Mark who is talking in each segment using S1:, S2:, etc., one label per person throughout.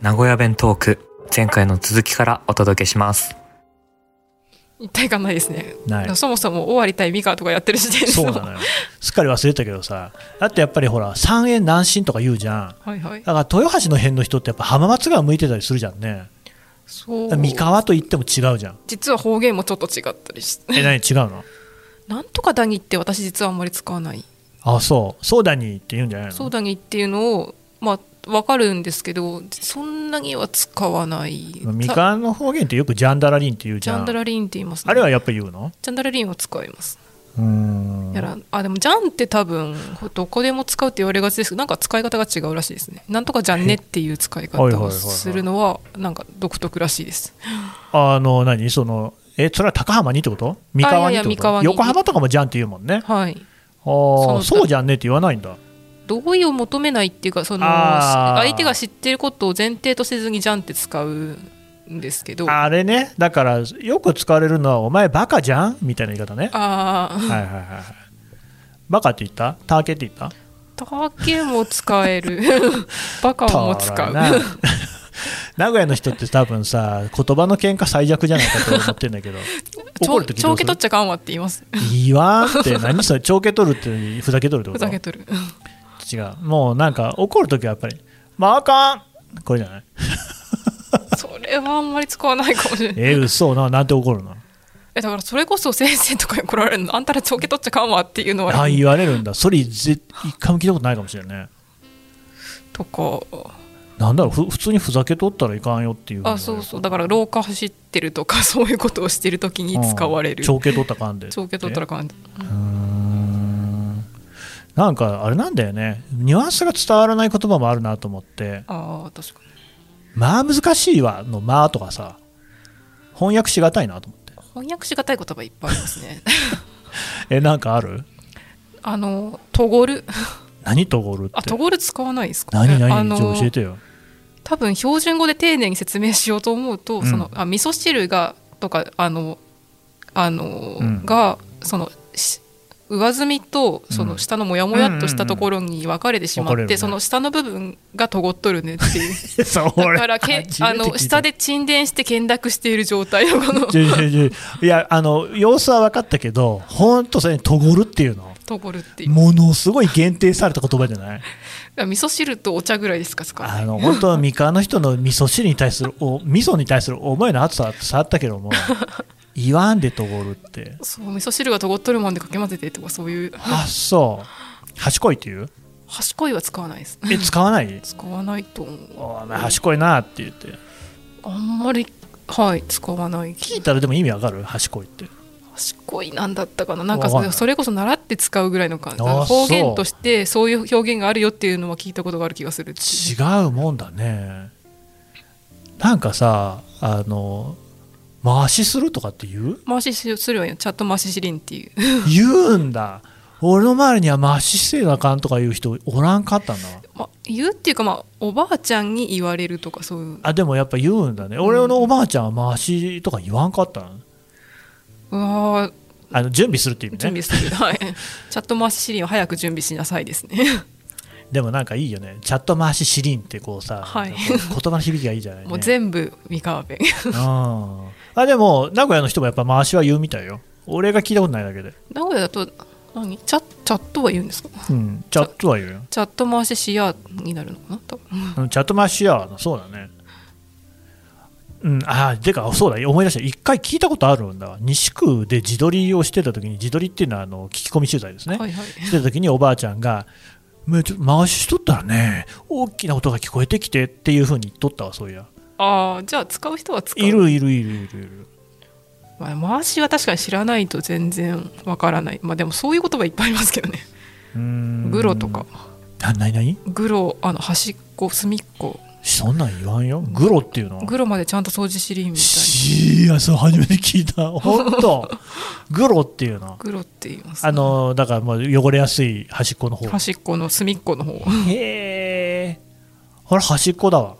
S1: 名古屋弁トーク前回の続きからお届けします
S2: 一体感ないですね、
S3: ない
S2: そもそも終わりたいミカとかやってる時点で
S3: そうなのよすっかり忘れてたけどさだってやっぱりほら三円南進とか言うじゃん
S2: はいはい
S3: だから豊橋の辺の人ってやっぱ浜松川向いてたりするじゃんね
S2: そ
S3: だ
S2: う
S3: から三河と言っても違うじゃん
S2: 実は方言もちょっと違ったりして
S3: え何違うの
S2: なんとかダニって私実はあんまり使わない
S3: あそうそうだにって言うんじゃないの
S2: そうダニっていうのをまあわかるんですけどそんなには使わない
S3: 三
S2: さ
S3: 河の方言ってよくジャンダラリンって言うじ
S2: ジ
S3: ゃ
S2: ャン
S3: ん
S2: ダラリンって言いますね
S3: あれはやっぱ言うの
S2: ジャンダラリンは使います
S3: うーん
S2: やらあでもジャンって多分どこでも使うって言われがちですけどなんか使い方が違うらしいですねなんとかじゃんねっていう使い方
S3: はいはいは
S2: を
S3: いはい
S2: するのはなんか独特らしいです
S3: あの何そのえそれは高浜にってこと三河にって
S2: あいやいや
S3: こ
S2: 三河
S3: と
S2: に
S3: 横浜とかもじゃんって言うもんね
S2: はい
S3: あー
S2: その
S3: そうじゃんねって言わないんだ
S2: 同意を求めないっていうかその
S3: あー
S2: 相手が知ってることを前提とせずにじゃんって使うんですけどあ
S3: あれねだからよく使われるのはお前バカじゃんみたいな言い方ね
S2: あー
S3: はいはいはいはい。バカって言ったターケって言った
S2: タケも使え るバカも使
S3: た
S2: う。
S3: わらな 名古屋の人って多分さ、言葉の喧嘩最弱じゃないかと思ってんだけど
S2: ち
S3: 怒
S2: ょ
S3: るときど
S2: 長
S3: うす
S2: け
S3: る
S2: 取っちゃかんわって言います
S3: 言わんって何それ、長け取るってふざけ取るって
S2: ふ
S3: こ
S2: ざけとる
S3: と違う。もうなんか怒るときはやっぱり、まああかんこれじゃない
S2: それはあんまり使わないかもしれない
S3: え、嘘な、なんて怒るの
S2: えだからそれこそ先生とかに来られるのあんたら長け取っちゃかんわっていうの
S3: あ
S2: は
S3: あ、言われるんだ。それ、ぜ一回も聞いたことないかもしれないね。
S2: とか
S3: なんだろうふ、普通にふざけ取ったらいかんよっていう。
S2: あそうそうだから廊下走ってるとかそういうことをしてるときに使われる
S3: 長け取った感で。
S2: 長け取ったらかん
S3: なんかあれなんだよねニュアンスが伝わらない言葉もあるなと思って
S2: ああ確かに
S3: 「まあ難しいわ」の「まあ」とかさ翻訳しがたいなと思って
S2: 翻訳しがたい言葉いっぱいありますね
S3: えなんかある
S2: あのトゴル
S3: 何とゴルって
S2: あトゴル使わないですか
S3: 何
S2: あ
S3: 何
S2: の
S3: じゃあ教え てよ
S2: 多分標準語で丁寧に説明しようと思うと、
S3: うん
S2: そのあ味噌汁がとかあのあの、
S3: うん
S2: がそのし上澄みとそうの
S3: ん
S2: 下のモヤモヤっとしたところに分かれてしまって、
S3: 分かれるね
S2: その下の部分がとごっとるねっていう
S3: そ
S2: だ
S3: れ
S2: からけあの下で沈殿して見落している状態のこの
S3: ちょいちょいちょいいやあの様子は分かったけど本当それにとゴルっていうの
S2: とごるっていう
S3: ものすごい限定された言葉じゃない
S2: 味噌汁とお茶ぐらいですか使う
S3: あの本当は三河の人の味噌汁に対するお味噌に対する思いの熱さは伝わった けども言わんでとごるって
S2: そう味噌汁がとごっとるもんでかき混ぜてとかそういう
S3: あそう賢いって言う
S2: 賢いは使わないです
S3: え使わない
S2: 使わないと思う
S3: お前賢いなって言って
S2: あんまりはい使わない
S3: 聞いたらでも意味わかる賢いって
S2: 賢いなんだったかななんか
S3: わかんない
S2: それこそ習って使うぐらいの感じ
S3: あ
S2: なんか
S3: そう
S2: 方言としてそういう表現があるよっていうのは聞いたことがある気がする
S3: 違うもんだねなんかさあの回しするとかって 言う
S2: 回しするわよチャット回ししりんっていう
S3: 言うんだ俺の周りには回しせなあかんとか言う人おらんかったんだわ
S2: まあ言うっていうかまあおばあちゃんに言われるとかそういう
S3: あでもやっぱ言うんだね俺のおばあちゃんは回しとか言わんかったの
S2: うわー
S3: あの準備するって意味
S2: 準
S3: ね
S2: 備する、はいチャット回ししりんは早く準備しなさいですね
S3: でもなんかいいよねチャット回しシリンってこうさ、
S2: はい
S3: なんか こう言葉の響きがいいじゃない、ね、
S2: もう全部三河弁
S3: ああでも名古屋の人もやっぱ回しは言うみたいよ俺が聞いたことないだけで、
S2: 名古屋だと何チャチャットは言うんですか
S3: うん、チャットは言うよ
S2: チャット回ししやになるのかな多分
S3: うんチャット回しやそうだねうん、ああてかそうだ思い出した一回聞いたことあるんだわ西区で自撮りをしてた時に自撮りっていうのはあの聞き込み取材ですね、
S2: はいはい
S3: してた時におばあちゃんが「まあちょっと回ししとったらね大きな音が聞こえてきて」っていうふうに言っとったわそういや
S2: ああじゃあ使う人は使う
S3: いるいるいるいるいる
S2: まあ、回しは確かに知らないと全然わからないまあでもそういう言葉いっぱいありますけどね
S3: うーん
S2: グロとか
S3: な何何
S2: グロあの端っこ隅っこ
S3: そんなん言わんよグロっていうのは
S2: グロまでちゃんと掃除しりんみたいない
S3: や、そう、初めて聞い た。本当。グロっていうの。
S2: グロって言います、
S3: あの、だからもう汚れやすい端っこの方。
S2: 端っこの隅っこの方
S3: へえ。あれ、端っこ だわ。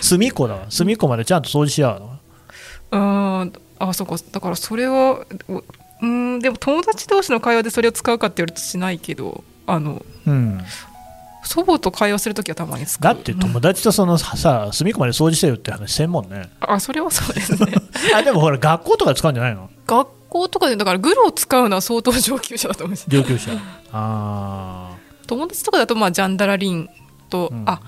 S3: 隅っこだわ。隅っこまでちゃんと掃除しやがるの。
S2: うーんあそうかだからそれはううーんでも友達同士の会話でそれを使うかって言われるとしないけどあの
S3: うん。
S2: 祖母と会話するときはたまに使う
S3: だって友達とそのさ隅っこまで掃除してよって話せんもんね
S2: あそれはそうです ね
S3: あでもほら学校とかで使うんじゃないの
S2: 学校とかでだからグロを使うのは相当上級者だと思うんです
S3: 上 級者あ
S2: 友達とかだとまあジャンダラリンと、
S3: うん
S2: あ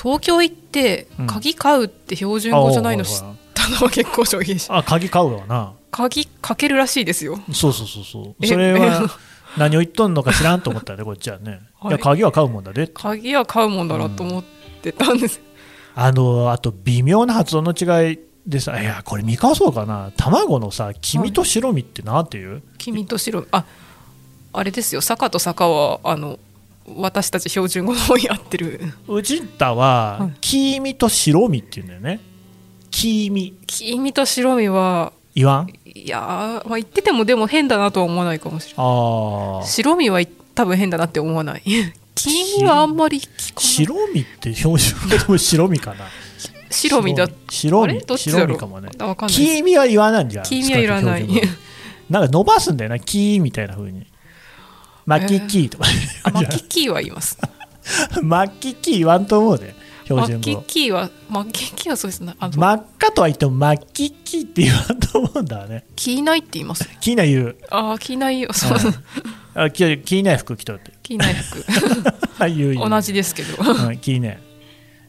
S2: 東京行って
S3: うん
S2: 鍵買うって標準語じゃないの
S3: あ
S2: 知っ
S3: ほらほ
S2: たのは結構衝撃し
S3: ーあ鍵買うわな
S2: 鍵かけるらしいですよ
S3: そうそうそうそう
S2: え
S3: それは何を言っとんのか知らんと思った よねこっちはね、
S2: はい
S3: い、や鍵は買うもんだで
S2: 鍵は買うもんだなと思ってたんです、
S3: あのあと微妙な発音の違いでさいやこれ見返そうかな卵のさ黄身と白身ってなんていう、
S2: 君と白ああれですよ坂と坂はあの私たち標準語の方に合ってる
S3: うちんたは、
S2: はい
S3: 黄身と白身っていうんだよね黄身
S2: 君と白身は
S3: 言わん
S2: いやー、まあ、言っててもでも変だなとは思わないかもしれない
S3: ああ
S2: 白身はい多分変だなって思わ ない君はあんまり聞かない
S3: 白身って標準語で白身かな
S2: 白身だっ
S3: 白
S2: あれ
S3: 身
S2: どっちだろ
S3: 白
S2: う
S3: 身かもね
S2: わかんないです
S3: 黄身は言わないんじゃん
S2: 黄身は言わない
S3: 少くとも標準語なんか伸ばすんだよな黄みたいな風に巻きキーとか、
S2: あマキキーは言い ます。
S3: 巻きキー言わんと思うで標
S2: マ
S3: 準
S2: キ
S3: 語
S2: キーは、マキキーはそうですね。あの、
S3: 真っ赤とは言っても巻きキーって言わんと思うんだわね
S2: キーナイって言いますね。
S3: キーな言う
S2: ああ、キーナイ、そう、
S3: あキーキーない服着とるって
S2: キーナイ服。
S3: 言う言う
S2: 同じですけど。
S3: うん、キーね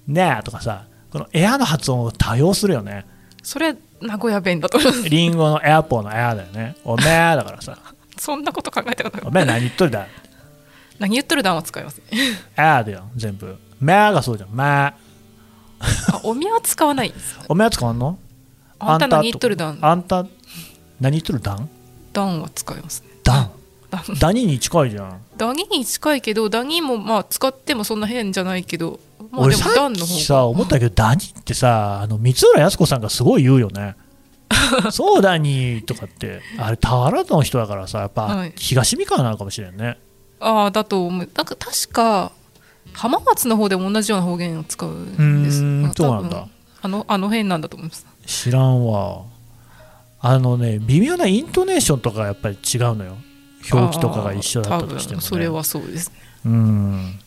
S3: ねえとかさこのエアの発音を多用するよね
S2: それ、名古屋弁だと思います。
S3: リンゴのエアポーのエアだよねおめえだからさ
S2: そんなこと考えたこと
S3: お
S2: ない。
S3: めえ何言っとるだ
S2: 何言っとる段は使いますね。
S3: あーだよ、全部。めーがそうじゃん、めー。
S2: あ、おみは使わないんです。
S3: おめー使わんの
S2: あんた何言っとるだん
S3: あんた、何言っとるだん
S2: 段は使いますね。
S3: だん。
S2: 段
S3: ダニに近いじゃん。
S2: ダニに近いけど、ダニもまあ使ってもそんな変じゃないけど、まあ
S3: 俺
S2: でも
S3: さ
S2: 段の
S3: っき
S2: 方が。
S3: さ、思ったけど、ダニってさ、あの、三浦靖子さんがすごい言うよ ね。そうだにとかって、あれ、田原の人だからさ、やっ
S2: は
S3: ぱ
S2: い、
S3: 東三河なのかもしれんね。
S2: ああ、だと思う。なんか確か、浜松の方でも同じような方言を使うんです。
S3: うーんそうなんだ
S2: 多分。あの、あの辺なんだと思います。
S3: 知らんわ。あのね、微妙なイントネーションとかやっぱり違うのよ。表記とかが一緒だったとし
S2: あー多
S3: ても、ね。
S2: 分それはそうですね
S3: うん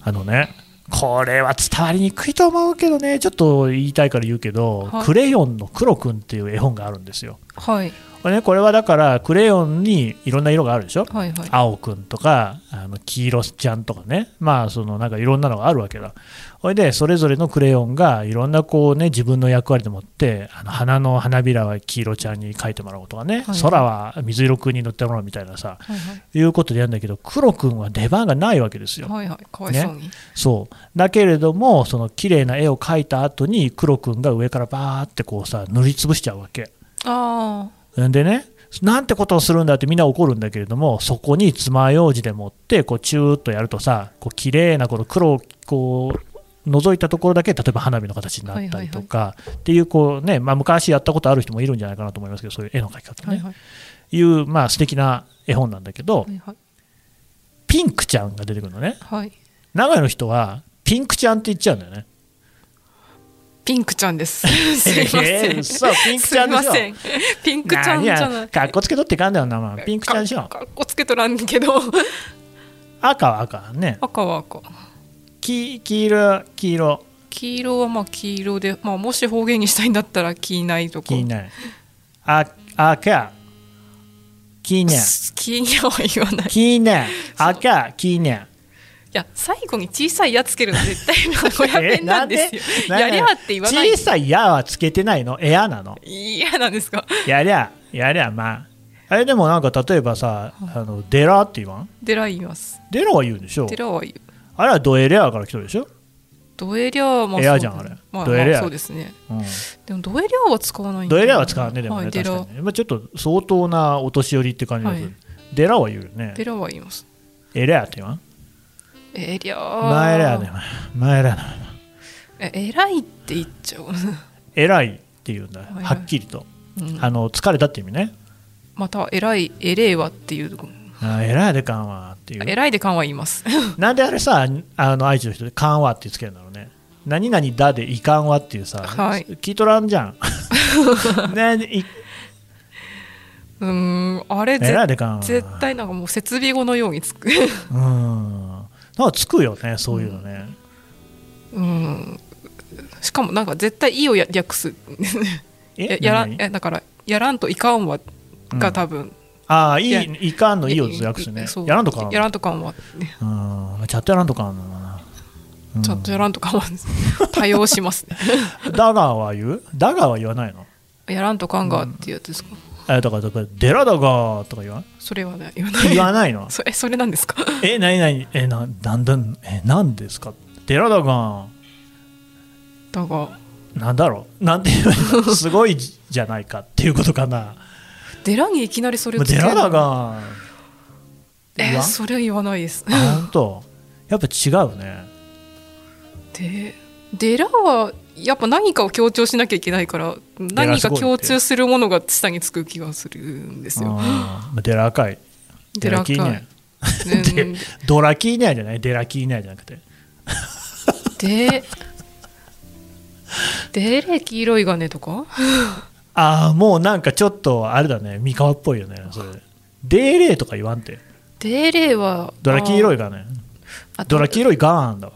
S3: あのねこれは伝わりにくいと思うけどねちょっと言いたいから言うけど「
S2: はい
S3: クレヨンの黒くん」っていう絵本があるんですよ。
S2: はい
S3: これねこれはだからクレヨンにいろんな色があるでしょ
S2: はいはい
S3: 青くんとかあの黄色ちゃんとかねまあそのなんかいろんなのがあるわけだそれでそれぞれのクレヨンがいろんなこうね自分の役割でもってあの花の花びらは黄色ちゃんに描いてもらおうとかね、
S2: はい
S3: 空は水色くんに塗ってもらおうみたいなさ
S2: はいはい
S3: いうことでやるんだけど黒くんは出番がないわけですよ。
S2: はいはいかわいそうに、
S3: そうだけれどもその綺麗な絵を描いた後に黒くんが上からバーってこうさ塗りつぶしちゃうわけ
S2: あ
S3: んでねなんてことをするんだってみんな怒るんだけれどもそこに爪楊枝で持ってこうチューッとやるとさこう綺麗なこの黒をこう覗いたところだけ例えば花火の形になったりとか、っていうこうね、まあ、昔やったことある人もいるんじゃないかなと思いますけどそういう絵の描き
S2: あ
S3: 方
S2: はい
S3: ね、
S2: はい
S3: い、うまあ素敵な絵本なんだけど
S2: はいはい
S3: ピンクちゃんが出てくるのね
S2: はい
S3: 長野の人はピンクちゃんって言っちゃうんだよね
S2: ピンクちゃんです すいませ
S3: えー
S2: ん
S3: 嘘ピンクちゃんでしょ
S2: すいませんピンクちゃんじゃない
S3: かっこつけとっていかんだよな、まあ、ピンクちゃんでしょ
S2: かかっこつけとらんけど
S3: 赤は赤ね
S2: 赤は赤
S3: き黄色黄色
S2: 黄色はまあ黄色で、まあ、もし方言にしたいんだったら黄ないとか
S3: 黄ねあ赤黄ね
S2: 黄にゃは言わないい
S3: 黄ね赤黄ね
S2: や最後に小さいやつけるの絶対名古屋弁なんですよ
S3: えなんで
S2: やりゃって言わない
S3: 小さい「や」はつけてないの「えや」なの
S2: 嫌なんですか
S3: やりゃやりゃまああれでもなんか例えばさ「あのデラ」って言わん
S2: デラ言います
S3: デラは言うんでしょ
S2: デラは言う
S3: あれはドエレアから来てるでしょ、
S2: ドエリャーまあ
S3: エア
S2: そう
S3: じゃんあれ
S2: まあ、
S3: ドエリャー
S2: まあそうですね。
S3: うん
S2: でもドエリャーは使わないんだ
S3: ド
S2: よ
S3: エラは使わねでもね、
S2: はい、デ
S3: 確
S2: ラ
S3: かにね、まあ、ちょっと相当なお年寄りって感じがする、
S2: はい
S3: デラは言うよね
S2: デラは言います。
S3: エレアって言わん
S2: エリャー。
S3: マエレアねマエレアね
S2: え偉いって言っちゃう。
S3: 偉いって言うんだ
S2: はい
S3: はっきりと、
S2: うん
S3: あの疲れたって意味ね
S2: また偉いエレーはっていう。
S3: あエラで緩和っていう
S2: 偉いで感は言います。
S3: なんであれさあの愛知の人で緩和ってつけるんだろうね何々だでいかんわっていうさ、
S2: はい
S3: 聞いとらん じゃんねい
S2: ー
S3: う
S2: んあれ
S3: エ
S2: ぜ
S3: ラで緩和
S2: 絶対なんかもう設備語のようにつく。
S3: うんなんなんかつくよねそういうのね、
S2: うんしかもなんか絶対「い」をや略すや
S3: え
S2: やら
S3: 何
S2: えだから「やらん」と「いかんは」
S3: う
S2: が
S3: ん
S2: 多分、
S3: ああい
S2: いや
S3: いいかんのいいを訳すね
S2: そう
S3: やらんとか
S2: やらんとかんは、ね
S3: うんちゃんとやらんとかんのかな、うん、
S2: ちゃんとやらんとかんは 多用しますね
S3: ダガーは言うダガーは言わないの
S2: やらんとかんがっていうやつですか、
S3: えだからだからデラダガーとか言わな
S2: それはね言わない
S3: い言わ ないの
S2: そえそれなんですか
S3: え何何えななんだえなんですかデラダガ
S2: だが
S3: ーなんだろうなんて言えばいい のすごいじゃないかっていうことかな
S2: デラにいきなりそれ
S3: も
S2: を
S3: う
S2: つけ
S3: デ
S2: る
S3: ラダガー
S2: え
S3: 言わん
S2: それは言わないです
S3: あ本当やっぱ違うね
S2: でデラはやっぱ何かを強調しなきゃいけないから
S3: ラ
S2: 何
S3: す
S2: か
S3: ごいって
S2: 共通するものが下につく気がするんですよ。
S3: あーデラ赤いデラキーニャ
S2: で
S3: でドラキーニャじゃないデラキーニャじゃなくて
S2: でデレ黄色いがねとか
S3: ああもうなんかちょっとあれだね三河っぽいよねそれデーレーとか言わんて
S2: デレは
S3: ドラ黄色
S2: い
S3: いがね
S2: あ
S3: ドラ黄色いガーンだわ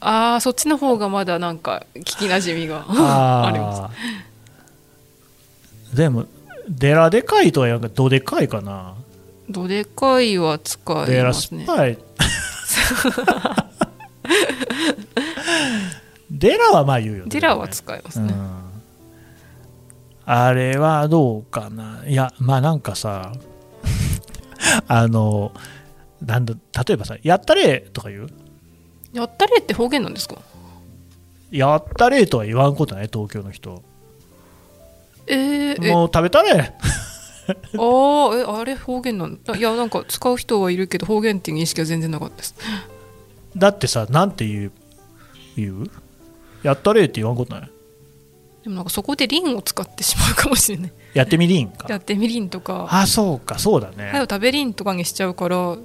S2: あーそっちの方がまだなんか聞きなじみ があります。
S3: すでもデラでかいとは言わんかどでかいかな
S2: どでかいは使
S3: デ
S2: い
S3: ラ
S2: ま
S3: ス
S2: すね。
S3: パイデラはまあ言うよね
S2: デラは使います
S3: う
S2: ね。
S3: んあれはどうかないやまあなんかさ あのなんだ例えばさ「やったれ!」とか言う
S2: やったれって方言なんですか
S3: 「やったれ!」とは言わんことない東京の人
S2: えー、え
S3: もう食べたれ
S2: ああ、え、あれ方言なんだ。いや、なんか使う人はいるけど、方言っていう認識は全然なかったです。
S3: だってさなんて言う言うやったれって言わんことない
S2: でもなんかそこでリンを使ってしまうかもしれない。
S3: やってみりん
S2: や
S3: か
S2: ってみりんとか、
S3: あそうかそうだ
S2: はよ
S3: ね
S2: 食べりんとかにしちゃうから、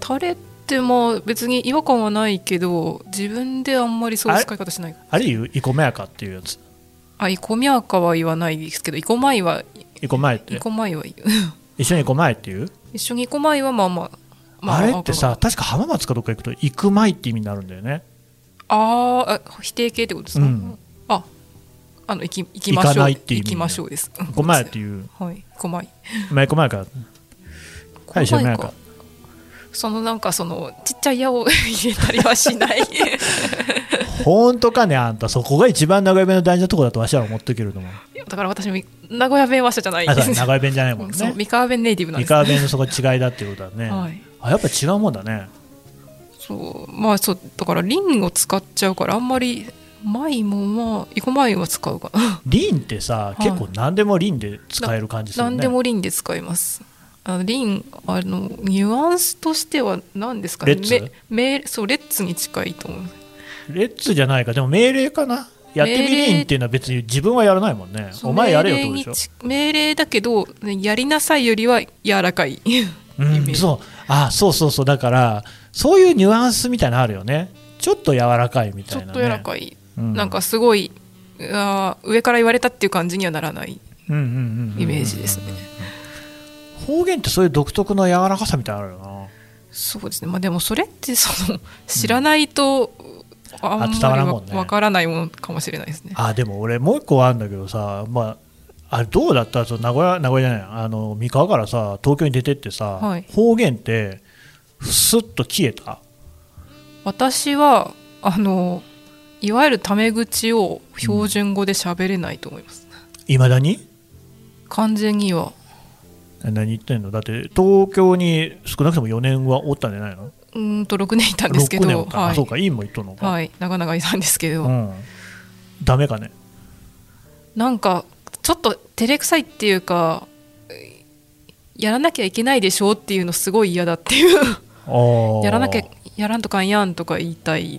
S2: タレってまあ別に違和感はないけど、自分であんまりそういう使い方しない。
S3: あれ言う「いこめやか」っていうやつ
S2: あ、イコミアカは言わないですけど、イコマイは、
S3: 「いこまい」っ
S2: イ
S3: て
S2: コマイは言う。
S3: 一緒に「いこまい」っていう
S2: 一緒にイコマイはまあまあ、ま
S3: あれって、さ確か浜松かどっか行くと「行くまい」って意味になるんだよね
S2: ああ、あ否定形ってことですか、
S3: うん
S2: あ、あの、行き、行きましょう。
S3: 行かないっていう意味
S2: 行きましょうです。
S3: 「いこまい」っていう
S2: はい、5枚。
S3: まあ、いこまやか。はい、一緒にまやか。
S2: そのなんかそのちっちゃい矢を 入れたりはし ない
S3: ほんとかね、あんた、そこが一番長屋弁の大事なとこだとわしは思ってるけれども。
S2: だから私み名古屋弁話者じゃない
S3: あ、
S2: で
S3: そう
S2: す
S3: 長屋弁じゃないもん
S2: そう
S3: ね。
S2: 三河弁ネイティブなん
S3: 三
S2: です、ね
S3: 河弁のそこ違いだっていうことだね。
S2: はい、
S3: あ、やっぱ違うもんだね。
S2: そうまあそうだからリンを使っちゃうからあんまり前もまあイコマインは使うかな
S3: リンってさ、
S2: はい
S3: 結構何でもリンで使える感じするね。
S2: 何でもリンで使いますあのリンあのニュアンスとしては何ですかね
S3: レッツ
S2: めめそうレッツに近いと思う
S3: レッツじゃないか、でも命令かな。やってみりんっていうのは別に自分はやらないもんね。お前やれよってことでしょ。
S2: 命令にち命令だけどやりなさいよりは柔らかいイメ
S3: う
S2: ー
S3: ん、
S2: ジ
S3: そう。あ、そうそうそう。だから、そういうニュアンスみたいなのあるよね。ちょっと柔らかいみ
S2: ち
S3: た
S2: ょ
S3: いな、
S2: っと
S3: ね。
S2: 柔らかい、
S3: うん
S2: なんかすごいあー上から言われたっていう感じにはならない
S3: うんうんうんうん
S2: イメージですね、
S3: 方言ってそういう独特の柔らかさみたいなのあるよ
S2: そうですねまあでもそれってその知らないとあんまり
S3: 伝わらん
S2: わ
S3: もんね
S2: わからないものかもしれないですね
S3: なあでも俺もう一個あるんだけどさまああれどうだったその名古屋名古屋じゃないあの三河からさ東京に出てってさ、
S2: はい
S3: 方言ってスッと消えた
S2: 私はあのいわゆるタメ口を標準語で喋れないと思います、
S3: いまだに
S2: 完全には
S3: え何言ってんのだって東京に少なくとも4年はおったんじゃないの
S2: うーんと6年いたんですけど
S3: 6年か、
S2: は
S3: あ
S2: い
S3: そうかいいも言っとんのか、
S2: はい、長々いたんですけど、
S3: うん、ダメかね
S2: なんかちょっと照れくさいっていうかえーやらなきゃいけないでしょうっていうのすごい嫌だっていう
S3: あー
S2: やらなきゃやらんとかんやんとか言いたい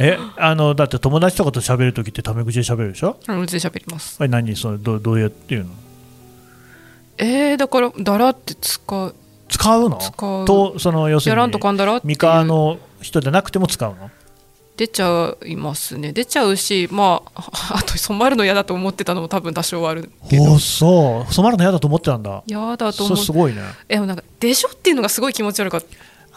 S3: えあのだって友達とかと喋るときってタメ口で喋るでしょ
S2: あのうちで喋ります
S3: あれ何それどどうやっていうの
S2: えー、だからだらって使う
S3: 使うの
S2: 使う
S3: とその要す
S2: や
S3: る
S2: らんと
S3: に
S2: かんだらってい
S3: 三河
S2: う
S3: の人じゃなくても使うの
S2: 出ちゃいますね出ちゃうしまあ あと染まるの嫌だと思ってたのも多分多少はあるけ
S3: お
S2: ど
S3: おそう染まるの嫌だと思ってたんだ
S2: 嫌だと
S3: そ
S2: 思う
S3: うすごいね
S2: えでもなんかでしょっていうのがすごい気持ち悪かっ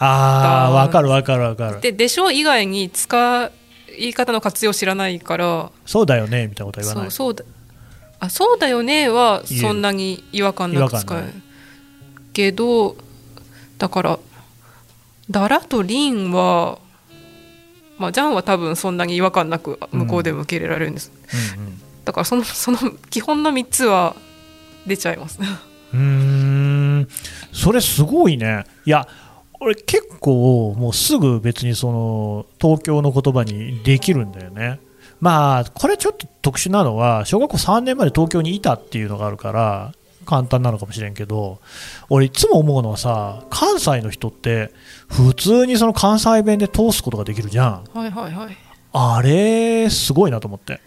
S3: ああ、わかるわかるわかる。
S2: ででしょ以外に使い方の活用知らないから
S3: そうだよね、みたいなことは言わ
S2: そ。
S3: ないう
S2: そうだあそうだよねは
S3: 言える
S2: そんなに違和感なく使
S3: 違和
S2: う
S3: 感ない
S2: けどだからだらとりんはまあジャンは多分そんなに違和感なく向こうでも受け入れられるんです、だからそのその基本の3つは出ちゃい ます
S3: うんうん、うーん、それすごいね。いや、俺結構もうすぐ別にその東京の言葉にできるんだよね。まあ、これちょっと特殊なのは、小学校3年まで東京にいたっていうのがあるから、簡単なのかもしれんけど、俺いつも思うのはさ、関西の人って、普通にその関西弁で通すことができるじゃん。
S2: はいはいはい
S3: あれ、すごいなと思って。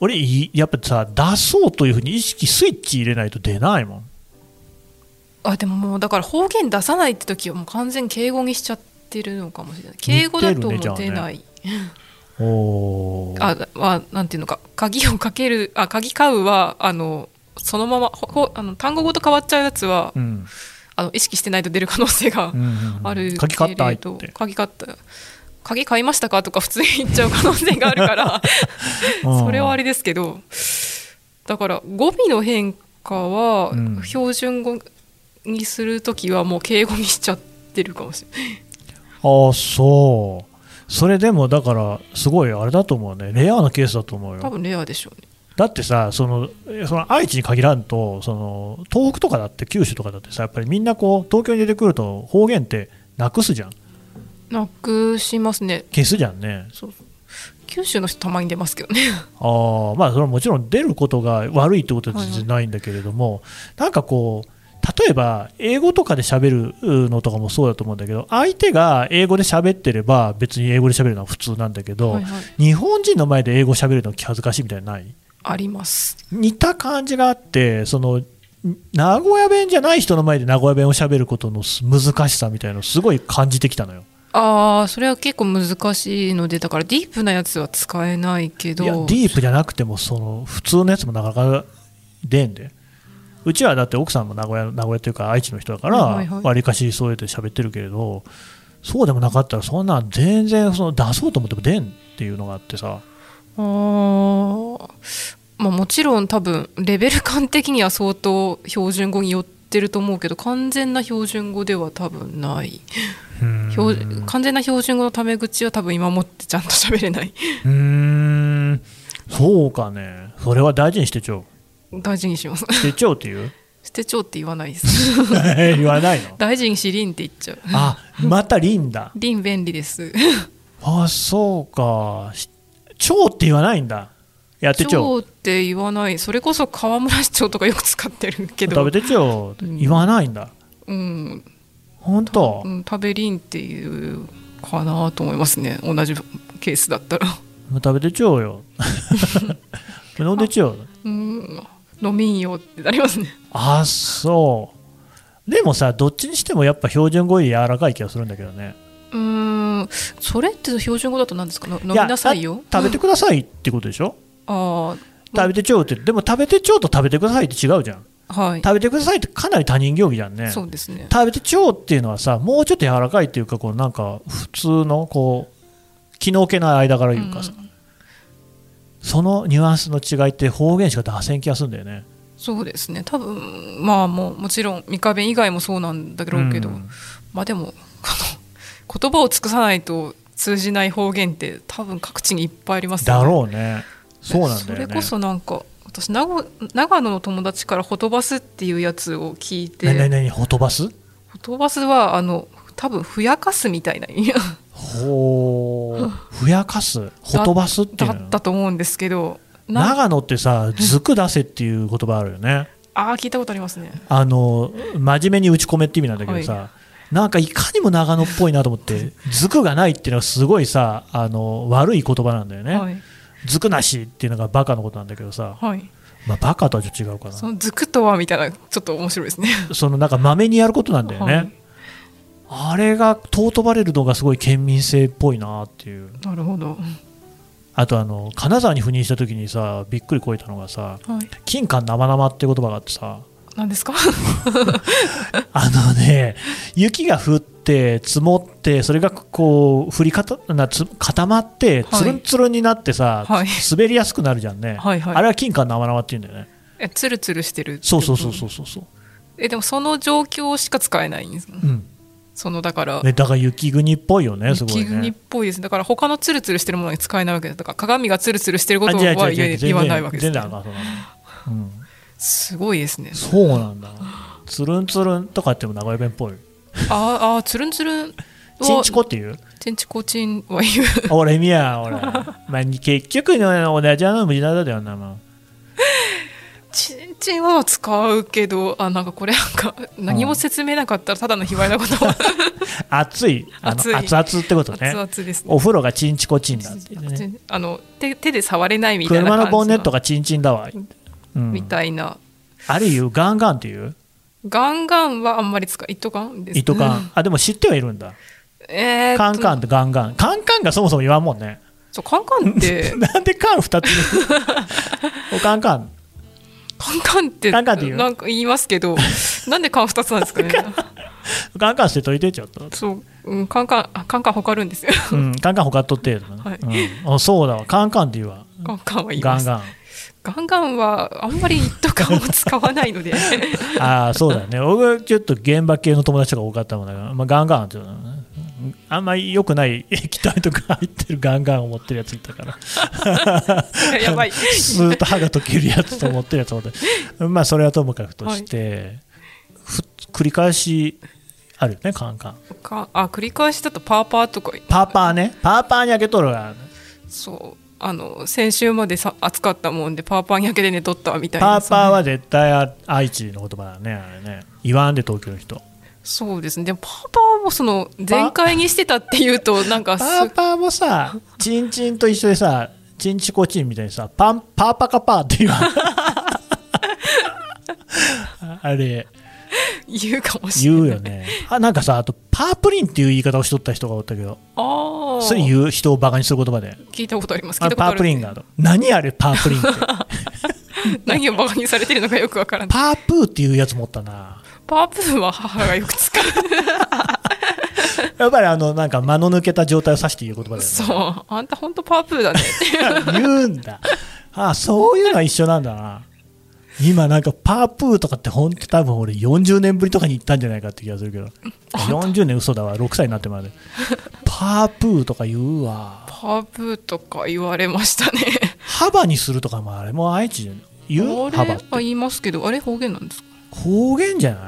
S3: 俺、いやっぱさ、出そうというふうに意識、スイッチ入れないと出ないもん。
S2: あでももうだから方言出さないって時はもう完全敬語にしちゃってるのかもしれない敬語だとも
S3: 似てる
S2: う
S3: ねじゃあね
S2: 出ない、
S3: おー
S2: あはなんていうのか鍵をかけるあ鍵買うはあのそのままほほあの単語ごと変わっちゃうやつは、
S3: うん
S2: あの意識してないと出る可能性が
S3: うんうんうん
S2: ある
S3: 書き
S2: け
S3: 方入
S2: れ
S3: っ
S2: ど、
S3: て。
S2: 鍵買った鍵買いましたかとか普通に言っちゃう可能性があるから
S3: うん
S2: それはあれですけどだから語尾の変化は
S3: うん
S2: 標準語にする時はもう敬語にしちゃってるかもしれない。
S3: ああ、そう。それでも、だから、すごいあれだと思うね。レアなケースだと思う
S2: 多
S3: よ。
S2: 分レアでしょうね。
S3: だってさ、その、えその愛知に限らんと、その、東北とかだって、九州とかだってさ、やっぱりみんなこう、東京に出てくると方言ってなくすじゃん。
S2: なくしますね。
S3: 消すじゃんね。
S2: そう九州の人たまに出ますけどね。
S3: ああまあそれはもちろん出ることが悪いってことは全然ないんだけれども、なんかこう例えば英語とかで喋るのとかもそうだと思うんだけど相手が英語で喋ってれば別に英語で喋るのは普通なんだけど、
S2: はいはい
S3: 日本人の前で英語喋るの気恥ずかしいみたいなのない
S2: あります。
S3: 似た感じがあってその名古屋弁じゃない人の前で名古屋弁を喋ることの難しさみたいなのをすごい感じてきたのよ。
S2: ああ、それは結構難しいので、だからディープなやつは使えないけど。
S3: いやディープじゃなくてもその普通のやつもなかなか出んでうちはだって奥さんも名古屋名古屋というか愛知の人だから
S2: はいはいはい
S3: わりかしそうやって喋ってるけれどそうでもなかったらそんなん全然その出そうと思っても出んっていうのがあってさ
S2: あーまあもちろん多分レベル感的には相当標準語に寄ってると思うけど完全な標準語では多分ない
S3: うん
S2: 標完全な標準語のタメ口は多分今もってちゃんと喋れない
S3: うーんそうかねそれは大事にしてちょ
S2: 大事にします
S3: うしてちょうっていう
S2: 捨てちょうって言わないです
S3: 言わな いの
S2: 大事にしりんって言っちゃう
S3: あまたリンだ
S2: りん便利です
S3: あそうかしちょうって言わないんだやって
S2: ち
S3: ちょう
S2: ょうって言わないそれこそ河村市長とかよく使ってるけど
S3: 食べてちよって
S2: うん
S3: 言わないんだ、
S2: うん
S3: 本当
S2: う、ん、食べりんっていうかなと思いますね同じケースだったら
S3: 食べてちよう よ飲んでちよう
S2: うん飲みんよってなりますね
S3: あそうでもさどっちにしてもやっぱ標準語より柔らかい気がするんだけどね
S2: うーんそれって標準語だと何ですかの飲み
S3: や
S2: なさいよ
S3: 食べてくださいってことでしょ
S2: あうん
S3: 食べてちょうってでも食べてちょうと食べてくださいって違うじゃん
S2: あはい、
S3: 食べてくださいってかなり他人行儀じゃんね
S2: そうですね
S3: 食べてちょうっていうのはさもうちょっと柔らかいっていうかこうなんか普通のこう気の置けない間からいうかさ、そのニュアンスの違いって方言しか出せん気がするんだよね
S2: そうですね多分まあもうもちろん三日弁以外もそうなんだろうけど、
S3: うん
S2: まあでもあの 言葉を尽くさないと通じない方言って多分各地にいっぱいありますよね
S3: だろうね。そうなんだよね。
S2: それこそなんか私名古長野の友達からほとばすっていうやつを聞い
S3: なになに
S2: て
S3: なにほとばす
S2: ほとばすはあの多分ふやかすみたいな意味
S3: ほー。ふやかす。ほとばすってい
S2: だ
S3: う
S2: っ
S3: の
S2: た。と思うんですけどな
S3: 長野ってさ、ずく出せっていう言葉あるよね。
S2: ああ聞いたことありますね
S3: あの、真面目に打ち込めって意味なんだけどさ、
S2: は
S3: なんかいかにも長野っぽいなと思って、ずくがないっていうのはすごいさ、あの、悪い言葉なんだよ
S2: は
S3: ね。
S2: い
S3: ずくなしっていうのがバカのことなんだけどさ、
S2: はい
S3: まあ、バカとはちょっと違うか
S2: そ
S3: な。
S2: の「ずくとは」みたいなちょっと面白いですね
S3: そのなんかまめにやることなんだよね。
S2: はい
S3: あれが尊ばれるのがすごい県民性っぽいなっていう。
S2: なるほど
S3: あとあの金沢に赴任した時にさびっくりこいたのがさ
S2: はい
S3: 金管生々って言葉があってさ
S2: 何ですか
S3: あのね雪が降って積もってそれがこう振りかたなつ固まって
S2: はい
S3: つるんつるんになってさ、
S2: はい
S3: 滑りやすくなるじゃんね、
S2: はいはい
S3: あれは金貨の生々っていうんだよね
S2: えツルツルしてるってこと
S3: そうそうそうそうそうそう
S2: えでもその状況しか使えないんです
S3: うん
S2: そのだから
S3: ねだから雪国っぽいよねすごい
S2: 雪国っ
S3: ね
S2: ぽいですだから他のツルツルしてるものに使えないわけですだから鏡がツルツルしてるこ
S3: あ
S2: と
S3: 違う違う
S2: は
S3: 違う
S2: 言え
S3: 全然
S2: 言わないわけです、
S3: 全
S2: ね
S3: 然あ、かんそうなのうん
S2: すごいですね
S3: そうなんだつるんつるんとかっても名古屋弁っぽい
S2: あーあーツルンツルン
S3: ちんちこっていう
S2: チンチコチンは言う
S3: 俺見や俺まあ結局の同じような無事なんだよなも
S2: チンチンは使うけどあなんかこれなんか何も説明なかったらただの卑猥なこと
S3: う熱いあの
S2: 熱い
S3: 熱々ってことね
S2: 熱々ですね
S3: お風呂がチンチコチンだっていうね
S2: あの手手で触れないみたいな
S3: 車
S2: 感じ
S3: のボンネットがチンチンだわ、う
S2: み
S3: ん、
S2: たいな、
S3: あれ言うガンガンっていう
S2: ガンガンはあんまり使う一斗缶ですね
S3: 糸カンあでも知ってはいるんだ
S2: えーっと
S3: カンカンってガンガンカンカンがそもそも言わんもんね
S2: そうカンカンって
S3: なんでカン2つにおカンカン
S2: カンカンって
S3: カンカンって言う
S2: なんか言いますけど なんでカン二つなんですかね
S3: カンカンしてといてちょっと、
S2: そう、うん、カンカンあカンカンほかるんですよ
S3: うん、カンカンほかっとってるな、
S2: はい
S3: うんあそうだわカンカンって言うわ
S2: カンカンは言い
S3: ガ
S2: ま
S3: ン
S2: す
S3: ガン
S2: ガンガンはあんまり一斗缶を使わないの で
S3: ああそうだよね僕はちょっと現場系の友達とか多かったもんだから、まあ、ガンガンっていうのはねあんまり良くない液体とか入ってるガンガンを持ってるやついたから
S2: やばい
S3: スーッと歯が溶けるやつと思ってるやつもねまあそれはともかくとして、ふ繰り返しあるよねカンカン
S2: かあ繰り返しだとパーパーとか
S3: パーパーねパーパーに開けとるが
S2: そうあの先週までさ暑かったもんでパーパーに焼けで寝とったみたい
S3: パ
S2: な
S3: ーパーは絶対あ愛知の言葉だねあれね言わんで東京の人
S2: そうですねでもパーパーもその全開にしてたっていうとなんかす
S3: パーパーもさチンチンと一緒でさチンチコチンみたいにさパンパーパカパーって 言わんあれ
S2: 言うかもしれない
S3: 言うよねあなんかさあとパープリンっていう言い方をしとった人がおったけど
S2: ああ
S3: それ言う人をバカにする言葉で
S2: 聞いたことあります聞
S3: あ
S2: いたこと
S3: パ
S2: あ
S3: ー
S2: る
S3: プリンがある何あれパープ リンって
S2: 何をバカにされてるのかよくわからない
S3: パープーっていうやつ持ったな
S2: パープーは母がよく使
S3: やっぱりあのなんか間の抜けた状態を指して言う言葉
S2: う
S3: だ
S2: そうあんた本当パープー だね
S3: よね言うんだあそういうのは一緒なんだな今なんかパープーとかって本当多分俺40年ぶりとかに行ったんじゃないかって気がするけど40年嘘だわ6歳になってまでパープーとか言うわ
S2: パープーとか言われましたね
S3: 幅にするとかもあれもう愛知で言う
S2: あれ
S3: 幅っ
S2: は
S3: て
S2: 言いますけどあれ方言なんですか
S3: 方言じゃない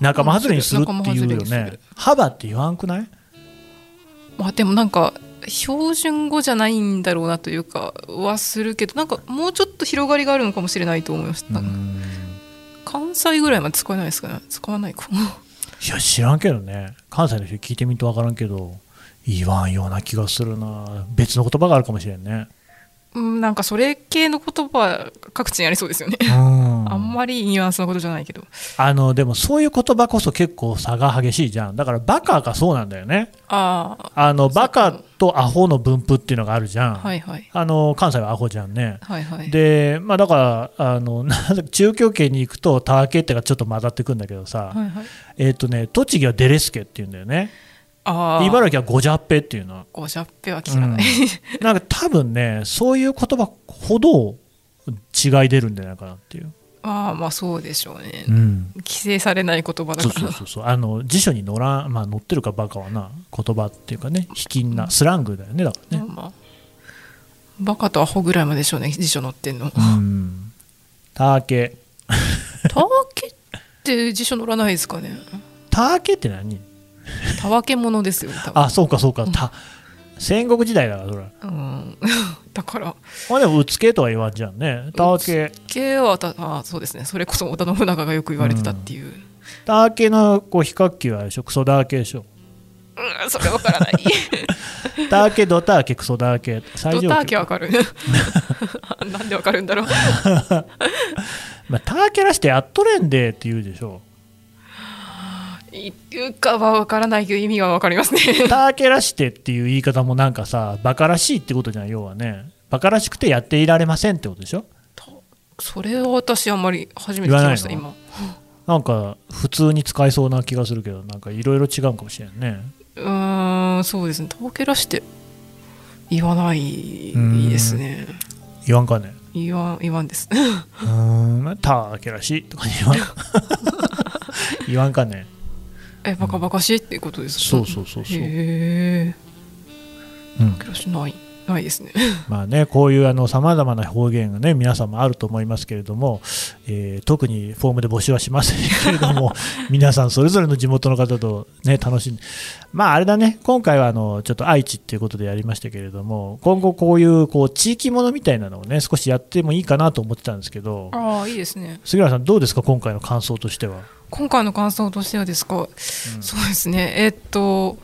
S3: 仲間外れにするって言うよ
S2: 仲間外れにす
S3: ね
S2: る
S3: 幅って言わんくない
S2: まあでもなんか標準語じゃないんだろうなというかはするけどなんかもうちょっと広がりがあるのかもしれないと思いました、
S3: うん
S2: 関西ぐらいまで使えないですかね使わないか
S3: いや知らんけどね関西の人に聞いてみると分からんけど言わんような気がするな別の言葉があるかもしれんね
S2: うんなんかそれ系の言葉各地にありそうですよね
S3: うん
S2: あんまりニュアンスのことじゃないけど
S3: あのでもそういう言葉こそ結構差が激しいじゃんだからバカがそうなんだよね
S2: ああ
S3: あのバカとアホの分布っていうのがあるじゃん、
S2: はいはい
S3: あの関西はアホじゃんね
S2: はいはい
S3: でまあだからあの なんだ中京圏に行くとタワケってがちょっと混ざってくんだけどさ、
S2: はいはい
S3: えっ、とね栃木はデレスケっていうんだよね
S2: ああ
S3: 茨城はゴジャッペっていうの
S2: おしゃっぺは聞かない、
S3: なんか多分ね、そういう言葉ほど違い出るんじゃないかなっていう。
S2: あ あまあそうでしょうね、
S3: ん。
S2: 規制されない言葉だ
S3: そう
S2: か
S3: そう
S2: ら
S3: そうそう。あの辞書に載らん、まあ載ってるかバカはな、言葉っていうかね、卑近なスラングだよねだからね。
S2: まあバカとアホぐらいまででしょうね辞書載ってんの
S3: うん。ターケ、
S2: たわけって辞書載らないですかね
S3: ターケって何？
S2: たわけものですよね多分
S3: あ、そうかそうか。た、戦国時代だからそれ。
S2: うん だから
S3: まあでもうつけとは言わんじゃんね。ターケ、
S2: 系はたあそうですねそれこそ織田信長がよく言われてたっていう、
S3: ターケのこう比較級はあれでしょ、クソダーケでしょ。
S2: うんそれわからない
S3: ターケ、ドターケ、クソダーケ、最
S2: ド
S3: 上級。
S2: ターケわか る なんでわかるんだろう
S3: まあターケらしてやっとれんでって言うでしょ。
S2: 言うかはわからないけど意味はわかりますね
S3: たーけらしてっていう言い方もなんかさバカらしいってことじゃん要はねバカらしくてやっていられませんってことでしょ
S2: それは私あんまり初めて
S3: 言
S2: 聞
S3: わ
S2: き
S3: ないの
S2: ました今
S3: なんか普通に使えそうな気がするけどなんかいろいろ違うかもしれんね
S2: うーんそうですねとぼけらして言わないですね
S3: 言わんかね
S2: 言わん言わんです
S3: うーんたけらしいとか言わん 言わんかね
S2: えバカバカしいっていうことです
S3: そうそうそうそう、
S2: へえ
S3: うん
S2: けらしないないですね
S3: まあね、こういうさまざまな方言がね皆さんもあると思いますけれども、えー特にフォームで募集はしませんけれど も皆さんそれぞれの地元の方と、ね、楽しんで、まあ、あれだね今回はあのちょっと愛知っていうことでやりましたけれども今後こういうこう地域ものみたいなのをね少しやってもいいかなと思ってたんですけど
S2: ああいいですね
S3: 杉原さんどうですか今回の感想としては。
S2: 今回の感想としてはですか、そうですねえっと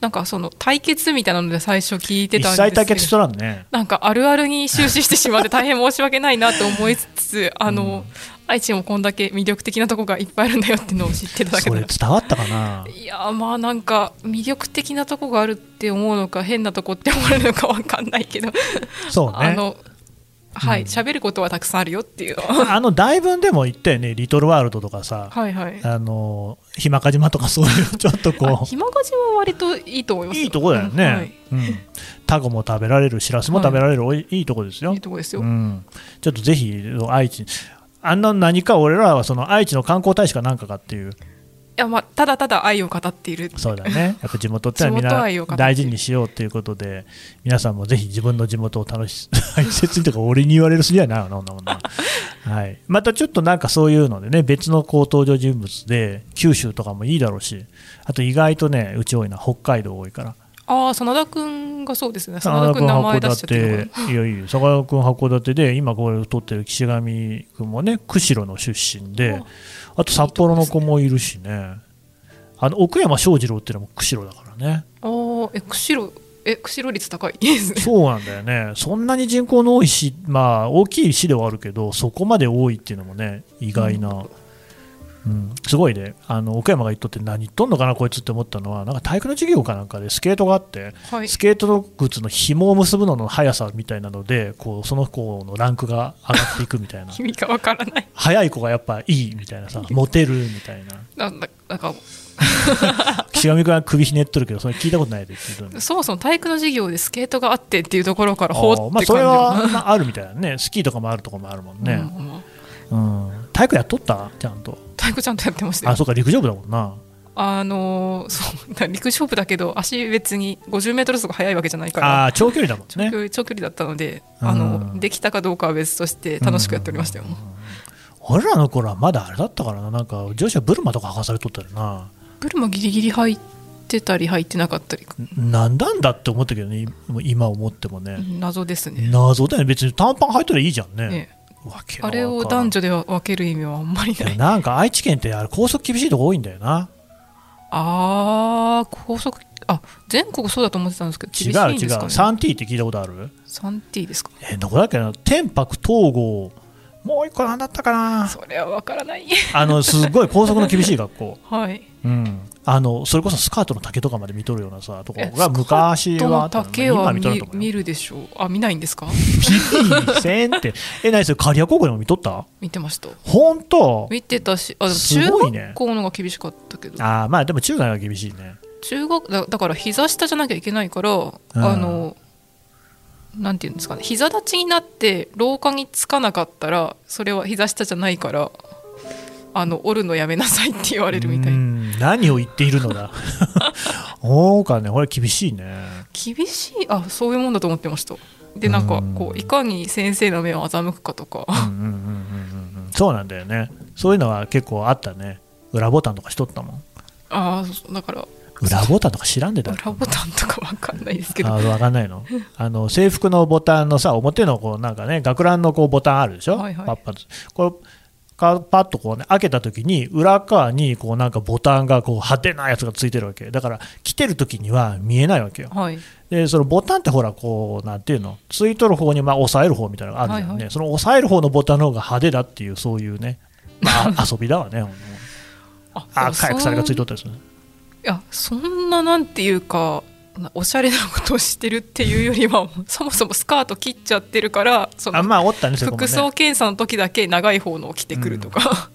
S2: なんかその対決みたいなので最初聞いて
S3: 一
S2: たんですけ
S3: 切
S2: ど
S3: 対決しとらんね。
S2: なんかあるあるに終始してしまって大変申し訳ないなと思いつつあの、愛知もこんだけ魅力的なとこがいっぱいあるんだよっていうのを知ってただけ
S3: そ
S2: で
S3: れ伝わったかな
S2: いやーまあなんか魅力的なとこがあるって思うのか変なとこって思われるのかわかんないけど、
S3: そうね
S2: あのはい喋、ることはたくさんあるよって いうのは
S3: あの大文でも言ったよね「リトルワールド」とかさ、
S2: はいはい
S3: あのひまか島とかそういうちょっと
S2: あ
S3: こ
S2: ひまがじは割といいと思いま
S3: う
S2: す
S3: いいとこだよね、
S2: うんはい
S3: うん、タコも食べられるしらすも食べられる、おい、いいとこですよ
S2: いいとこですよ、
S3: うん、ちょっとぜひ愛知あんな何か俺らはその愛知の観光大使かなんかかっていう
S2: いやまあただただ愛を語っている
S3: そうだねやっぱ地元ってのはみん
S2: 地元愛を語
S3: な
S2: って
S3: 大事にしようということで皆さんもぜひ自分の地元を楽し 大切にとか俺に言われる筋合いないよなそんなもんな、はい、またちょっとなんかそういうのでね別のこう登場人物で九州とかもいいだろうしあと意外とねうち多いな北海道多いから
S2: ああ真田君がそうですね真
S3: 真
S2: 田
S3: 田
S2: 君
S3: 君
S2: 名前
S3: 函
S2: 出しちゃってる
S3: 館いやいや坂田君函館で今これ撮ってる岸上君もね釧路の出身であと札幌の子もいるしねあの奥山翔二郎っていうのも釧路だからね
S2: ああえ釧路え釧路率高い ですね
S3: そうなんだよねそんなに人口の多い市まあ大きい市ではあるけどそこまで多いっていうのもね意外な、うん、すごいねあの奥山が言っとって何言っとんのかなこいつって思ったのはなんか体育の授業かなんかでスケートがあって
S2: はい
S3: スケート靴の紐を結ぶのの速さみたいなのでこうその子のランクが上がっていくみ たいな
S2: 君かわからない
S3: 速い子がやっぱいいみたいなさモテるみたいな
S2: なんだなんか
S3: 岸上君は首ひねっとるけどそれ聞いたことないでって言うとね
S2: そもそも体育の授業でスケートがあってっていうところから
S3: あ
S2: ほうっ
S3: ー
S2: て
S3: ま
S2: 感
S3: あ
S2: じ
S3: それは
S2: が
S3: まああるみたいなねスキーとかもあるとこもあるもんね、
S2: うんうんうん
S3: うん、体育やっとったちゃんと
S2: 体育ちゃんとやってました
S3: あ
S2: よ
S3: そうか陸上部だもんな
S2: あのーそう陸上部だけど足別に50メートル走が速いわけじゃないから
S3: あー長距離だもん
S2: 長
S3: ね
S2: 距長距離だったので
S3: うん
S2: あのできたかどうかは別として楽しくやっておりましたよ
S3: 俺らの頃はまだあれだったからななんか女子はブルマとか履かされとったよな
S2: ブルマギリギリ入ってたり入ってなかったり
S3: なんだんだって思ったけどね今思ってもね、
S2: 謎ですね
S3: 謎だよね別に短パン履いたらいいじゃんね
S2: ね
S3: わけが
S2: あれを
S3: わからん
S2: 男女で分ける意味はあんまり
S3: で
S2: な
S3: も
S2: い
S3: なんか愛知県ってあれ高速厳しいとこ多いんだよな
S2: ああ高速あ全国そうだと思ってたんですけど
S3: 違う
S2: 厳しいん
S3: 違う
S2: ですかね
S3: 3T って聞いたことある
S2: 3T ですか
S3: えどこだっけな天白東郷もう一個なんだったかな
S2: それは分からない
S3: あのすごい高速の厳しい学校
S2: はい
S3: うんあのそれこそスカートの丈とかまで見とるようなさとこが昔
S2: ど
S3: はあ
S2: の
S3: ったの
S2: 竹は
S3: 今見
S2: 見
S3: とると思う
S2: 見
S3: よ
S2: るでしょうあ見ないんですか
S3: 見せんって え何それ刈谷高校でも見とった
S2: 見てました
S3: 本当
S2: 見てたしあでも
S3: す
S2: 中
S3: ごいね
S2: 学校のが厳しかったけど、
S3: ああまあでも中外は厳しいね
S2: 中学だだから膝下じゃなきゃいけないから、あのなんていうんですかね膝立ちになって廊下につかなかったらそれは膝下じゃないからあの折るのやめなさいって言われるみたいうなん
S3: 何を言っているの だそうかねこれ厳しいね
S2: 厳しいあそういうもんだと思ってましたでなんかこういかに先生の目を欺くかとか
S3: うんうんうんうんうんうんそうなんだよねそういうのは結構あったね裏ボタンとかしとったもん
S2: ああそうだから
S3: 裏ボタンとか知らんでた
S2: 裏ボタンとかわかんないですけど
S3: あ分かんな いのあの制服のボタンのさ表のこうなんかね学ランのこうボタンあるでしょ、
S2: はいはい
S3: パッパッこれかパッとこうね開けた時に裏側にこうなんかボタンがこう派手なやつがついてるわけだから来てる時には見えないわけよ
S2: はい
S3: でそのボタンってほらこうなんていうのついとる方にまあ押さえる方みたいなのがあるじゃんね、
S2: はいはい
S3: その押さえる方のボタンの方が派手だっていうそういうね、ま あ、遊びだわねほんと
S2: あ
S3: あ火薬されがついと
S2: っ
S3: ったりする
S2: いやそんななんていうかなおしゃれなことをしてるっていうよりは そもそもスカート切っちゃってるからそ
S3: あ
S2: の
S3: まあおったねそれもね
S2: 服装検査の時だけ長い方のを着てくるとか、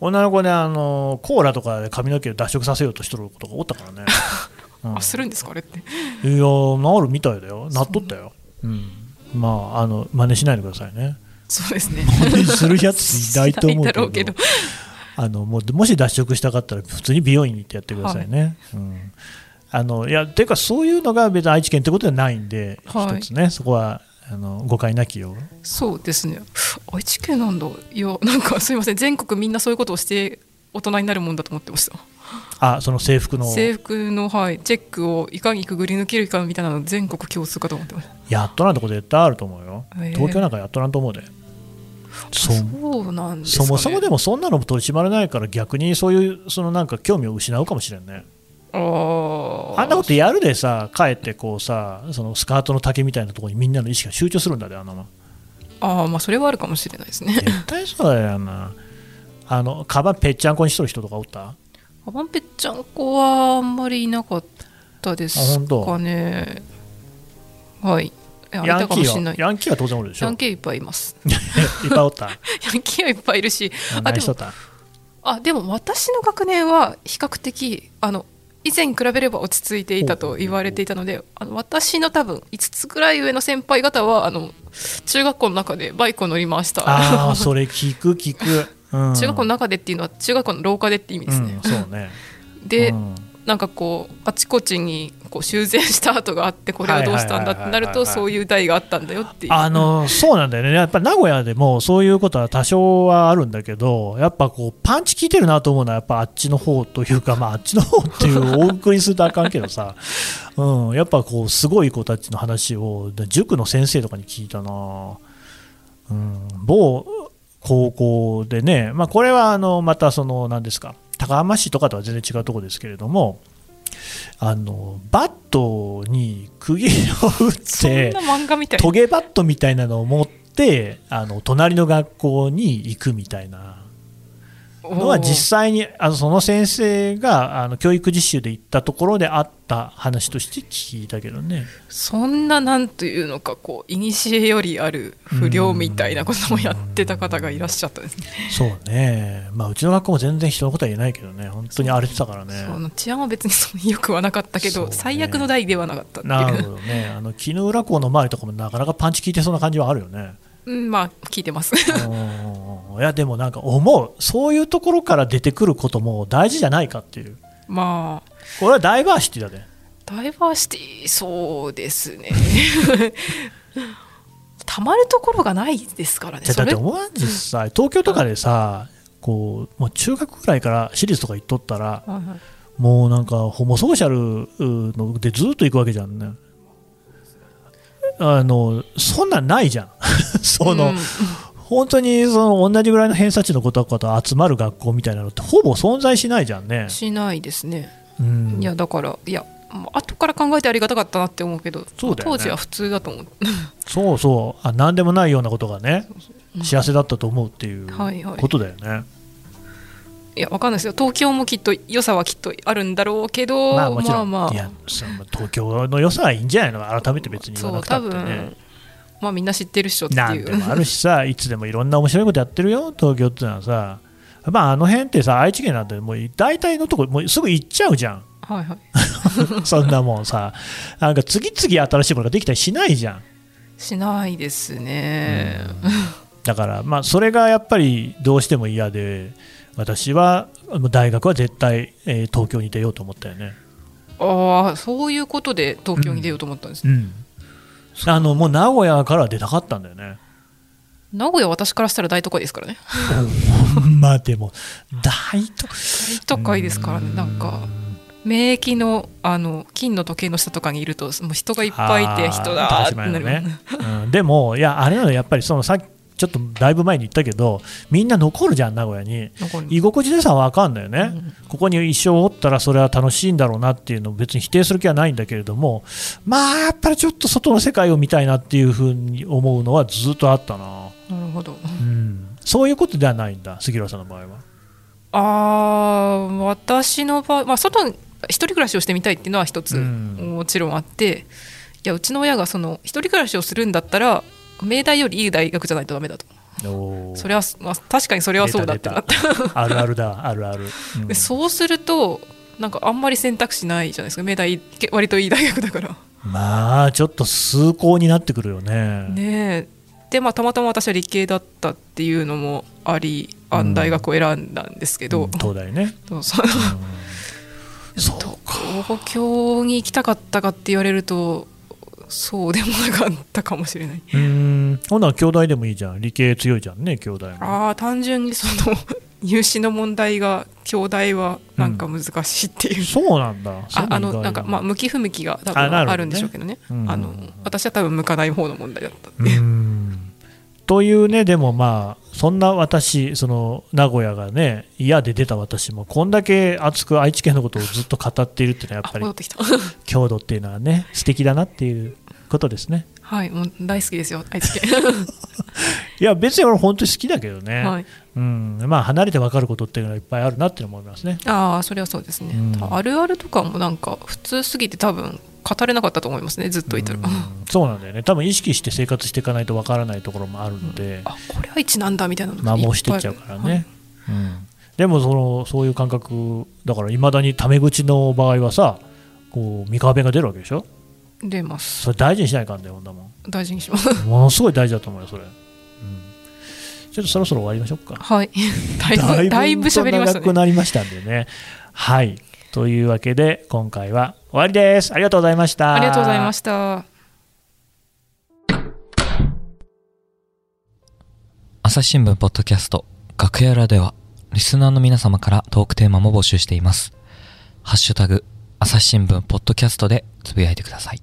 S3: 女の子ね、あのコーラとかで髪の毛を脱色させようとしとることがおった からね。うん
S2: あするんですかあれって
S3: いやー、なるみたいだよ。なっとったよ。うん。まあ、あの、真似しないでくださいね。
S2: そうですね
S3: 真似するやついないと思うけど
S2: しなだろうけど
S3: あのもうもし脱色したかったら普通に美容院に行ってやってくださいね。うん、あのいやていうかそういうのが別に愛知県ってことではないんで、
S2: はい
S3: 一つねそこはあの誤解なきよう。
S2: そうですね愛知県なんだいやなんかすいません全国みんなそういうことをして大人になるもんだと思ってました
S3: あその制服の
S2: 制服の、はい、チェックをいかにくぐり抜けるかみたいなの全国共通かと思ってました
S3: やっとなんてこと絶対あると思うよ。
S2: へえ
S3: 東京なんかやっとなんと思うで。そ
S2: そうなんですか、
S3: そ
S2: ね、
S3: もそもでもそんなの取り締まらないから逆にそういうそのなんか興味を失うかもしれんね。
S2: あー
S3: あんなことやるでさ帰ってこうさそのスカートの丈みたいなところにみんなの意識が集中するんだであ んなもん。
S2: あーまあそれはあるかもしれないですね
S3: 絶対そうだよなあのカバンぺっちゃんこにしとる人とかおった
S2: アバンペッちゃん子はあんまりいなかったです
S3: あ本当
S2: かねはいえあれ
S3: ヤン
S2: たか
S3: キ
S2: も
S3: ー
S2: しれな
S3: はいヤンキーは当然おるでしょ
S2: ヤンキーいっぱいいます
S3: いっぱいおった
S2: ヤンキーはいっぱいいるし あ
S3: 何
S2: で
S3: しと
S2: も
S3: った
S2: あでも私の学年は比較的あの以前に比べれば落ち着いていたと言われていたのであの私の多分5つくらい上の先輩方はあの中学校の中でバイクを乗り回した
S3: ああそれ聞く聞く、う ん、
S2: 中学校の中でっていうのは中学校の廊下でって意味ですね
S3: うん、、そう ね
S2: で、
S3: うん
S2: なんかこうあちこちにこう修繕した跡があってこれはどうしたんだってなる
S3: はいはいはいはいは
S2: と
S3: い
S2: そういう代があったんだよっていう
S3: あのそうなんだよねやっぱ名古屋でもそういうことは多少はあるんだけどやっぱこうパンチ効いてるなと思うのはやっぱあっちの方というか、まあ、あっちの方っていうお送りするとあかんけどさ、 うん、やっぱこうすごい子たちの話をで塾の先生とかに聞いたな、うん、某高校でね、まあ、これはあのまたその何ですか高浜市とかとは全然違うところですけれどもあのバットに釘を打っ
S2: そん
S3: て
S2: な漫画みたいな
S3: トゲバットみたいなのを持ってあの隣の学校に行くみたいなのは実際にあのその先生があの教育実習で行ったところであった話として聞いたけどね
S2: そんななんというのかこう古よりある不良みたいなこともやってた方がいらっしゃったんですね
S3: そうね、まあ、うちの学校も全然人のことは言えないけどね本当に荒れてたからね
S2: その治安は別にそんなによくはなかったけ
S3: そう
S2: ど、
S3: ね
S2: 最悪の代ではなかったって
S3: なる
S2: い
S3: ほ
S2: う、
S3: どねあの絹浦港の周りとかもなかなかパンチ効いてそうな感じはあるよね
S2: うん、まあ聞いてます
S3: うんいやでもなんか思うそういうところから出てくることも大事じゃないかっていう
S2: まあ
S3: これはダイバーシティだね
S2: ダイバーシティそうです ね たまるところがないですからね
S3: じゃあ
S2: そ
S3: だって
S2: れ
S3: 思わん実際東京とかでさこうもう中学ぐらいから私立とか行っとったら
S2: はいはい
S3: もうなんかホモソーシャルうーのでずっと行くわけじゃんねあのそんなんないじゃん そ
S2: う
S3: の、
S2: ん
S3: 本当にその同じぐらいの偏差値の子とかと集まる学校みたいなのってほぼ存在しないじゃんね、
S2: しないですね、
S3: うん
S2: い、やだからいやもう後から考えてありがたかったなって思うけど
S3: そうだよね
S2: 当時は普通だと思う
S3: そうそうあ何でもないようなことがね幸せだったと思うっていう
S2: はいはい
S3: ことだよね、
S2: いやわかんないですよ東京もきっと良さはきっとあるんだろうけど
S3: まあもちろん、
S2: まあまあ
S3: いやその東京の良さはいいんじゃないの改めて別に言わ
S2: そ
S3: な
S2: う
S3: くた
S2: 多
S3: ってね
S2: 分まあみんな知ってるっしょって
S3: ないん
S2: う
S3: でもあるしさいつでもいろんな面白いことやってるよ東京ってのはさまああの辺ってさ愛知県なんてもう大体のとこもうすぐ行っちゃう じゃん
S2: はいはい
S3: そんなもんさなんか次々新しいものができたりしないじゃん
S2: しないですね、
S3: だからまあそれがやっぱりどうしても嫌で私はもう大学は絶対、えー東京に出ようと思ったよね
S2: ああそういうことで東京に出ようと思ったんです、
S3: うんあのもう名古屋からは出たかったんだよね
S2: 名古屋は私からしたら大都会ですからね
S3: まあでも大都
S2: 大都会ですからねなんか免疫のあの金の時計の下とかにいるともう人がいっぱいいて人だーって
S3: 高島
S2: な
S3: 屋の
S2: る
S3: ね、うん、でもいやあれなのやっぱりそのさっきちょっとだいぶ前に言ったけどみんな残るじゃん名古屋に
S2: 残る
S3: 居心地でさ分かんだよね、ここに一生おったらそれは楽しいんだろうなっていうのを別に否定する気はないんだけれどもまあやっぱりちょっと外の世界を見たいなっていうふうに思うのはずっとあったな、
S2: なるほど
S3: うん、そういうことではないんだ杉浦さんの場合は
S2: あー私の場合、まあ、外に一人暮らしをしてみたいっていうのは一つ、
S3: うん
S2: もちろんあっていやうちの親がその一人暮らしをするんだったら明大よりいい大学じゃないとダメだと
S3: おー
S2: それは、まあ、確かにそれはそうだってなった
S3: あるあるだ、あるある。う ん
S2: でそうするとなんかあんまり選択肢ないじゃないですか明大け割といい大学だから。
S3: まあ、ちょっと崇高になってくるよね。
S2: ねえでまあ、たまたま私は理系だったっていうのもありあ
S3: うん
S2: の大学を選んだんです けど、
S3: うん東大ね。
S2: そうそう
S3: うんそうか。
S2: 東京に行きたかったかって言われるとそうでもなかったかもしれない。
S3: うん。ほんなら兄弟でもいいじゃん。理系強いじゃんね、兄弟も。
S2: あー単純にその入試の問題が兄弟はなんか難しいっていう、
S3: そうなんだ。
S2: あ
S3: そういう
S2: あ
S3: 意
S2: の
S3: 外
S2: なんかまあ向き不向きが多分
S3: あなるほどね
S2: あるんでしょうけどね
S3: うんうんうん
S2: あの私は多分向かない方の問題だったって
S3: う
S2: いう、
S3: んというね、でもまあ、そんな私、その名古屋がね、嫌で出た私も、こんだけ熱く愛知県のことをずっと語っているっていうのは、やっ
S2: あ
S3: ぱ
S2: 戻っ
S3: り、
S2: てきた
S3: 郷土っていうのはね、素敵だなっていうことですね。
S2: はいもう大好きですよ愛知県
S3: いや、別に俺、本当に好きだけどね、
S2: はい
S3: うんまあ、離れて分かることっていうのがいっぱいあるなって思いますね。
S2: ああそれはそうですね、
S3: うん
S2: あるあるとかもなんか普通すぎて多分語れなかったと思いますねずっといたら、
S3: うんそうなんだよね、多分意識して生活していかないと分からないところもあるので、
S2: あこれは一なんだみたいなの
S3: 摩
S2: が
S3: 耗して
S2: ぱ
S3: っ
S2: い
S3: ちゃうから
S2: は
S3: ね
S2: い。
S3: うんでもそのそういう感覚だからいまだにタメ口の場合はさこう三河弁が出るわけでしょ
S2: 出ます
S3: それ大事にしないかんだよほんだも
S2: 大事にします
S3: ん ものすごい大事だと思うよそれ、うん、ちょっとそろそろ終わりましょうか
S2: はい だいぶだいぶ喋りました
S3: 長く
S2: ね
S3: なりましたんでねはいというわけで今回は終わりですありがとうございました
S2: ありがとうございました
S1: 朝日新聞ポッドキャスト楽屋裏ではリスナーの皆様からトークテーマも募集していますハッシュタグ朝日新聞ポッドキャストでつぶやいてください